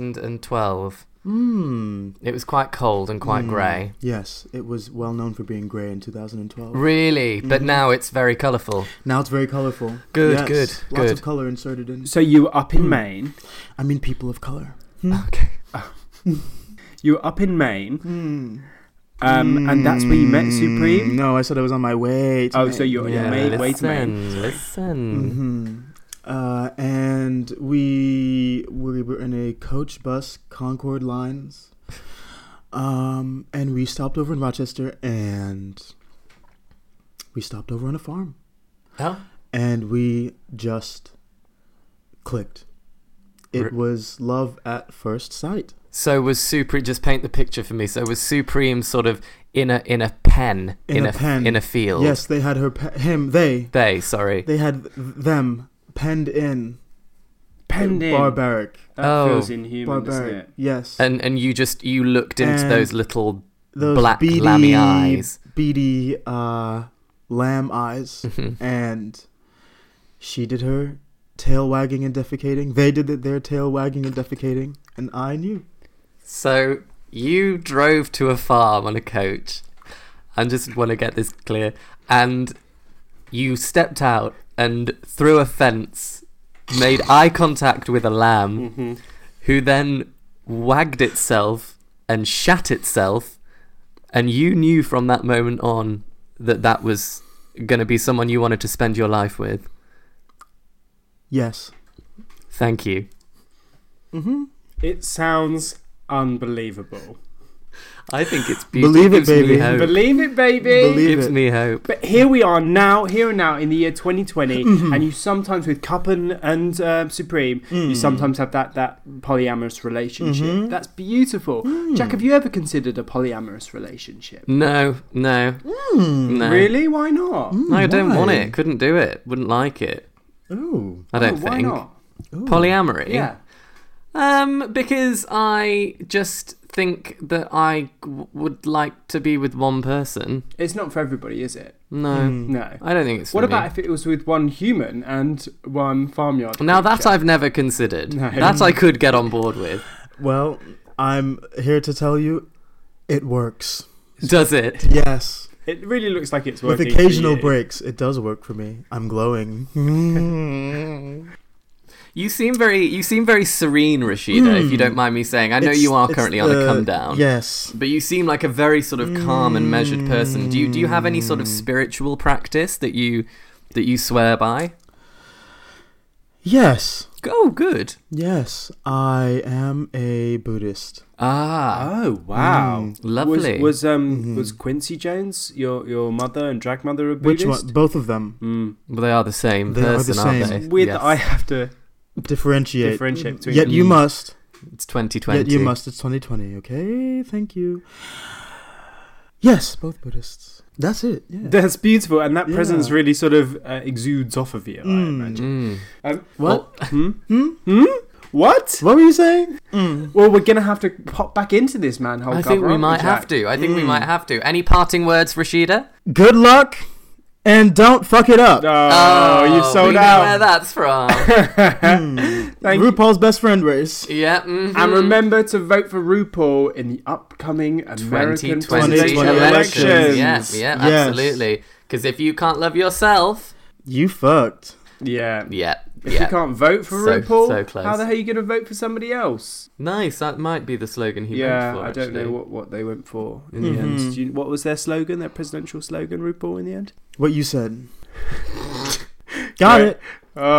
Speaker 3: 2012.
Speaker 4: Hmm.
Speaker 3: It was quite cold and quite grey.
Speaker 4: Yes, it was well known for being gray in 2012.
Speaker 3: Really, but now it's very colourful.
Speaker 4: now it's very colorful.
Speaker 3: Mm-hmm. Good,
Speaker 4: Yes,
Speaker 3: good,
Speaker 4: Lots
Speaker 3: good.
Speaker 4: of color inserted in.
Speaker 2: So you were
Speaker 3: Hmm.
Speaker 2: up in Maine.
Speaker 4: I mean, people of color.
Speaker 3: Okay.
Speaker 2: You were up in Maine,
Speaker 4: Hmm.
Speaker 2: um, and that's where you met Supreme.
Speaker 4: No, I said I was on my way. To
Speaker 2: Oh, so you're-
Speaker 4: on
Speaker 2: you're Yeah, made-
Speaker 3: listen,
Speaker 2: wait, wait,
Speaker 3: listen.
Speaker 4: hmm Uh, and we we were in a coach bus Concord lines, um, and we stopped over in Rochester, and we stopped over on a farm
Speaker 3: Oh.
Speaker 4: and we just clicked. It
Speaker 3: Re-
Speaker 4: was love at first sight.
Speaker 3: So was Supreme. Just paint the picture for me. So was Supreme sort of in a in a pen
Speaker 4: In, a, pen,
Speaker 3: in a field?
Speaker 4: Yes, they had her, pe- him, they,
Speaker 3: They. Sorry.
Speaker 4: they had th- them penned in.
Speaker 2: Penned in.
Speaker 4: Barbaric.
Speaker 2: That
Speaker 3: Oh.
Speaker 2: feels inhuman, doesn't
Speaker 4: Barbaric.
Speaker 2: it?
Speaker 4: Yes.
Speaker 3: And and you just you looked into
Speaker 4: And
Speaker 3: those little
Speaker 4: Those
Speaker 3: black
Speaker 4: beady,
Speaker 3: lammy eyes.
Speaker 4: beady, uh, lamb eyes,
Speaker 3: Mhm.
Speaker 4: and she did her tail wagging and defecating. They did th- their tail wagging and defecating, and I knew.
Speaker 3: So you drove to a farm on a coach. I just want to get this clear. And you stepped out and through a fence, made eye contact with a lamb,
Speaker 2: Mm-hmm.
Speaker 3: who then wagged itself and shat itself. And you knew from that moment on that that was going to be someone you wanted to spend your life with.
Speaker 4: Yes.
Speaker 3: Thank you.
Speaker 4: Mm-hmm.
Speaker 2: It sounds unbelievable.
Speaker 3: I think it's beautiful.
Speaker 4: Believe it,
Speaker 3: gives me
Speaker 4: baby.
Speaker 3: hope.
Speaker 2: Believe it, baby.
Speaker 4: Believe-
Speaker 3: gives
Speaker 4: it.
Speaker 3: me hope.
Speaker 2: but here we are now, here and now in the year 2020,
Speaker 4: Mm-hmm.
Speaker 2: and you sometimes with Cup and, and uh, Supreme,
Speaker 4: Mm.
Speaker 2: you sometimes have that that polyamorous relationship.
Speaker 4: Mhm.
Speaker 2: That's beautiful.
Speaker 4: Mm.
Speaker 2: Jack, have you ever considered a polyamorous relationship?
Speaker 3: No, no, no.
Speaker 2: Really? Why not?
Speaker 4: Mm.
Speaker 3: No, I don't want it. Couldn't do it. Wouldn't like it.
Speaker 4: Ooh.
Speaker 3: I don't
Speaker 2: Oh,
Speaker 3: think.
Speaker 2: Why not?
Speaker 3: Hmm. Polyamory.
Speaker 2: Yeah.
Speaker 3: Um, because I just think that I w- would like to be with one person.
Speaker 2: It's not for everybody, is it?
Speaker 3: No,
Speaker 2: No.
Speaker 3: I don't think it's.
Speaker 2: What
Speaker 3: for
Speaker 2: about
Speaker 3: me.
Speaker 2: if it was with one human and one farmyard?
Speaker 3: Now that
Speaker 2: creature?
Speaker 3: I've never considered.
Speaker 2: No.
Speaker 3: That I could get on board with.
Speaker 4: Well, I'm here to tell you, it works.
Speaker 3: Does it?
Speaker 4: Yes.
Speaker 2: It really looks like it's
Speaker 4: With
Speaker 2: working. for
Speaker 4: occasional
Speaker 2: you.
Speaker 4: breaks, it does work for me. I'm glowing.
Speaker 3: Hmm. You seem very, you seem very serene, Rashida. If you don't mind me saying, I know
Speaker 4: It's-
Speaker 3: you are
Speaker 4: it's
Speaker 3: currently on a
Speaker 4: the-
Speaker 3: come down.
Speaker 4: Yes.
Speaker 3: But you seem like a very sort of calm and measured person. Do you do you have any sort of spiritual practice that you that you swear by?
Speaker 4: Yes.
Speaker 3: Oh, good.
Speaker 4: Yes. I am a Buddhist.
Speaker 3: Ah,
Speaker 2: Oh wow,
Speaker 3: lovely.
Speaker 2: Was, was um
Speaker 4: Mm-hmm.
Speaker 2: was Quincy Jones your your mother and drag mother a Buddhist?
Speaker 4: Which one? Both of them.
Speaker 3: well, they are the same
Speaker 4: They are the
Speaker 3: person, not
Speaker 4: same.
Speaker 3: they?
Speaker 2: Weird
Speaker 3: Yes.
Speaker 2: that I have to
Speaker 4: Differentiate.
Speaker 2: differentiate between.
Speaker 4: Yet you
Speaker 3: Mm.
Speaker 4: must.
Speaker 3: It's 2020.
Speaker 4: Yet you must. It's 2020. Okay. Thank you. Yes, both Buddhists. That's it. Yeah.
Speaker 2: That's beautiful, and that
Speaker 4: Yeah.
Speaker 2: presence really sort of uh, exudes off of you. I
Speaker 4: Mm.
Speaker 2: imagine.
Speaker 3: Mm.
Speaker 2: Um,
Speaker 4: What?
Speaker 2: well, hmm?
Speaker 4: Hmm?
Speaker 2: Hmm? What?
Speaker 4: What were you saying? Mm.
Speaker 2: Well, we're gonna have to pop back into this manhole.
Speaker 3: I
Speaker 2: cover,
Speaker 3: think we
Speaker 2: aren't
Speaker 3: might
Speaker 2: Jack? Mm.
Speaker 3: have to. I think we might have to. Any parting words, Rashida?
Speaker 4: Good luck, and don't fuck it up.
Speaker 2: Oh, you've
Speaker 3: we
Speaker 2: sold
Speaker 3: know
Speaker 2: out.
Speaker 3: where that's from.
Speaker 2: Thank you.
Speaker 4: Hmm. RuPaul's best friend race.
Speaker 3: yeah. mhm.
Speaker 2: And remember to vote for RuPaul in the upcoming American
Speaker 3: 2020
Speaker 2: presidential
Speaker 4: elections.
Speaker 2: elections.
Speaker 3: Yeah, yeah,
Speaker 4: Yes.
Speaker 3: absolutely. Because if you can't love yourself,
Speaker 4: You fucked.
Speaker 2: Yeah.
Speaker 3: yeah,
Speaker 2: If
Speaker 3: yeah.
Speaker 2: you can't vote for
Speaker 3: So-
Speaker 2: RuPaul,
Speaker 3: so close.
Speaker 2: how the hell are you going to vote for somebody else?
Speaker 3: Nice. That might be the slogan he
Speaker 2: yeah,
Speaker 3: went for.
Speaker 2: I don't
Speaker 3: actually. Mm-hmm.
Speaker 2: know what, what they went for in
Speaker 4: Mhm.
Speaker 2: the end. Do you, what was their slogan, their presidential slogan, RuPaul, in the end?
Speaker 4: What you said. Got
Speaker 2: Right.
Speaker 4: it.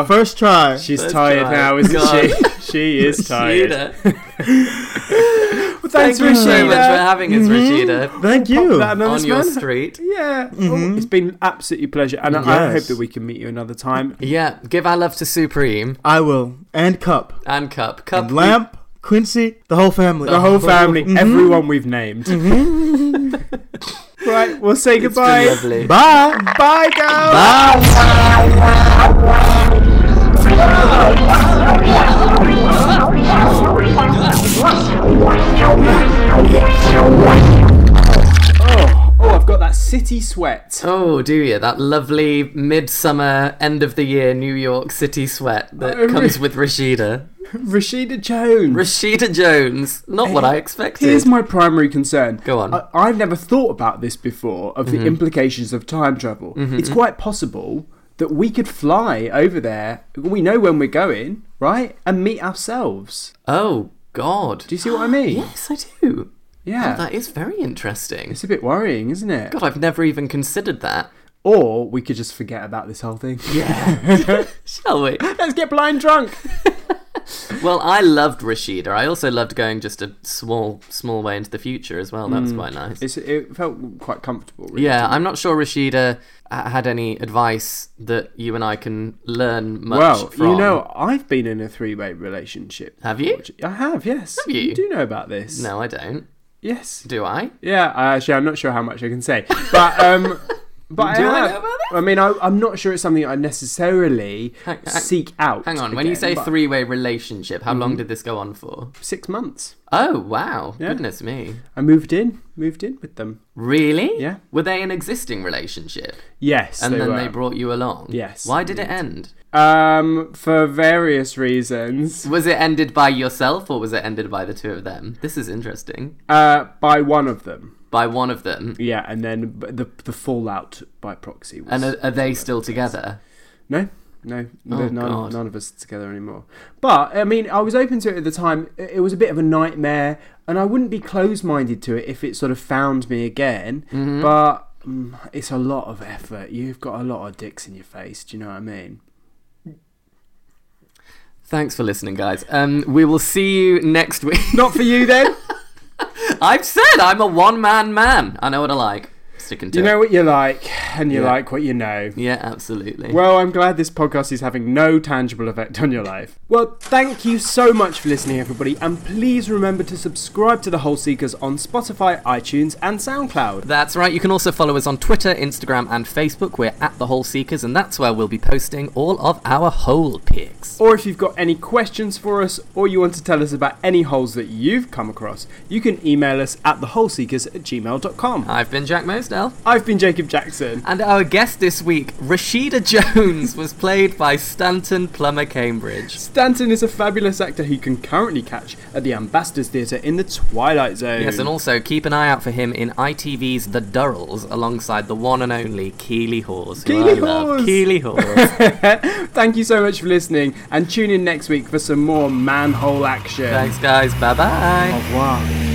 Speaker 4: First try.
Speaker 2: she's
Speaker 3: That's
Speaker 2: tired
Speaker 3: right.
Speaker 2: now, isn't
Speaker 3: God.
Speaker 2: she? She is tired.
Speaker 3: Rashida.
Speaker 2: Well, thanks,
Speaker 3: Thank you so
Speaker 2: Rashida. Mm-hmm.
Speaker 3: much for having us, Rashida.
Speaker 4: Thank
Speaker 2: Pop
Speaker 4: you.
Speaker 2: that anonymous
Speaker 3: On your
Speaker 2: man.
Speaker 3: street.
Speaker 2: Yeah,
Speaker 4: Mhm.
Speaker 3: Mm-hmm.
Speaker 2: oh, it's been absolutely a pleasure, and I I
Speaker 4: Yes.
Speaker 2: hope that we can meet you another time.
Speaker 3: Yeah, give our love to Supreme
Speaker 4: I will. And cup.
Speaker 3: and Cup. Cup.
Speaker 4: and lamp. Quincy. The whole family.
Speaker 2: The whole family,
Speaker 3: Mm-hmm.
Speaker 4: Mhm.
Speaker 2: everyone we've named. right, we'll say
Speaker 3: Mm-hmm. It's been
Speaker 2: goodbye.
Speaker 3: lovely.
Speaker 4: Bye.
Speaker 2: Bye, guys.
Speaker 3: Bye.
Speaker 2: Oh, oh, I've got that city sweat.
Speaker 3: Oh, do you? That lovely midsummer, end of the year New York City sweat that
Speaker 2: Oh,
Speaker 3: comes with Rashida.
Speaker 2: Rashida Jones.
Speaker 3: Rashida Jones. Not what I expected.
Speaker 2: Here's my primary concern.
Speaker 3: Go on. Mm-hmm.
Speaker 2: I, I've never thought about this before of the implications of time travel. It's quite possible that we could fly over there. We know when we're going, right? And meet ourselves.
Speaker 3: oh, God.
Speaker 2: Do you see what I mean?
Speaker 3: Yes, I do.
Speaker 2: Yeah.
Speaker 3: Oh, that is very interesting.
Speaker 2: It's a bit worrying, isn't it?
Speaker 3: God, I've never even considered that.
Speaker 2: Or we could just forget about this whole thing.
Speaker 3: Yeah. Shall we?
Speaker 2: Let's get blind drunk.
Speaker 3: Well, I loved Rashida. I also loved going just a small, small way into the future as well.
Speaker 2: Mm.
Speaker 3: That was quite nice.
Speaker 2: It's, it felt quite comfortable. Really.
Speaker 3: Yeah, I'm not sure Rashida uh, had any advice that you and I can learn much
Speaker 2: Well,
Speaker 3: from.
Speaker 2: you know, I've been in a three-way relationship.
Speaker 3: Have you?
Speaker 2: I have, yes.
Speaker 3: Have you?
Speaker 2: do know about this?
Speaker 3: No, I don't.
Speaker 2: Yes.
Speaker 3: Do I?
Speaker 2: Yeah. I actually, I'm not sure how much I can say, but um, but
Speaker 3: Do
Speaker 2: I,
Speaker 3: I
Speaker 2: have-
Speaker 3: know about this?
Speaker 2: I mean, I, I'm not sure it's something I necessarily
Speaker 3: Hang- hang-
Speaker 2: seek out.
Speaker 3: Hang on. When you
Speaker 2: again,
Speaker 3: say
Speaker 2: but Mm-hmm.
Speaker 3: three-way relationship, how long did this go on for?
Speaker 2: six months,
Speaker 3: Oh wow! Goodness me.
Speaker 2: I moved in, moved in with them.
Speaker 3: Really?
Speaker 2: Yeah.
Speaker 3: Were they an existing relationship?
Speaker 2: Yes,
Speaker 3: And
Speaker 2: they
Speaker 3: then
Speaker 2: were.
Speaker 3: they brought you along?
Speaker 2: Yes,
Speaker 3: Why did it end?
Speaker 2: um, for various reasons,
Speaker 3: Was it ended by yourself or was it ended by the two of them? This is interesting.
Speaker 2: uh, by one of them.
Speaker 3: By one of them.
Speaker 2: Yeah, and then b- the the fallout by proxy. Was,
Speaker 3: And are, are they still together?
Speaker 2: No, no,
Speaker 3: Oh,
Speaker 2: none,
Speaker 3: God.
Speaker 2: none of us together anymore. But I mean, I was open to it at the time. It it was a bit of a nightmare, and I wouldn't be closed-minded to it if it sort of found me again.
Speaker 3: Mm-hmm.
Speaker 2: But mm, it's a lot of effort. You've got a lot of dicks in your face. Do you know what I mean?
Speaker 3: Thanks for listening, guys. Um, we will see you next week.
Speaker 2: Not for you then.
Speaker 3: I've said I'm a one man man. I know what I like. Sticking to
Speaker 2: you
Speaker 3: it.
Speaker 2: know what you like, and you
Speaker 3: Yeah.
Speaker 2: like what you know.
Speaker 3: Yeah, absolutely.
Speaker 2: Well, I'm glad this podcast is having no tangible effect on your life. Well, thank you so much for listening, everybody, and please remember to subscribe to the Whole Seekers on Spotify, iTunes, and SoundCloud.
Speaker 3: That's right. You can also follow us on Twitter, Instagram, and Facebook. We're at The Hole Seekers, and that's where we'll be posting all of our hole picks.
Speaker 2: Or if you've got any questions for us, or you want to tell us about any holes that you've come across, you can email us at theholeseekers at gmail.com.
Speaker 3: I've been Jack Mosdell.
Speaker 2: I've been Jacob Jackson.
Speaker 3: And our guest this week, Rashida Jones, was played by Stanton Plummer Cambridge.
Speaker 2: Stanton is a fabulous actor who you can currently catch at the Ambassadors Theatre in the Twilight Zone.
Speaker 3: Yes, and also keep an eye out for him in ITV's The Durrells alongside the one and only Keely Hawes. who I
Speaker 2: Keely
Speaker 3: love.
Speaker 2: Hawes!
Speaker 3: Keely Hawes.
Speaker 2: Thank you so much for listening, and tune in next week for some more manhole action.
Speaker 3: Thanks, guys. Bye bye.
Speaker 2: Au revoir.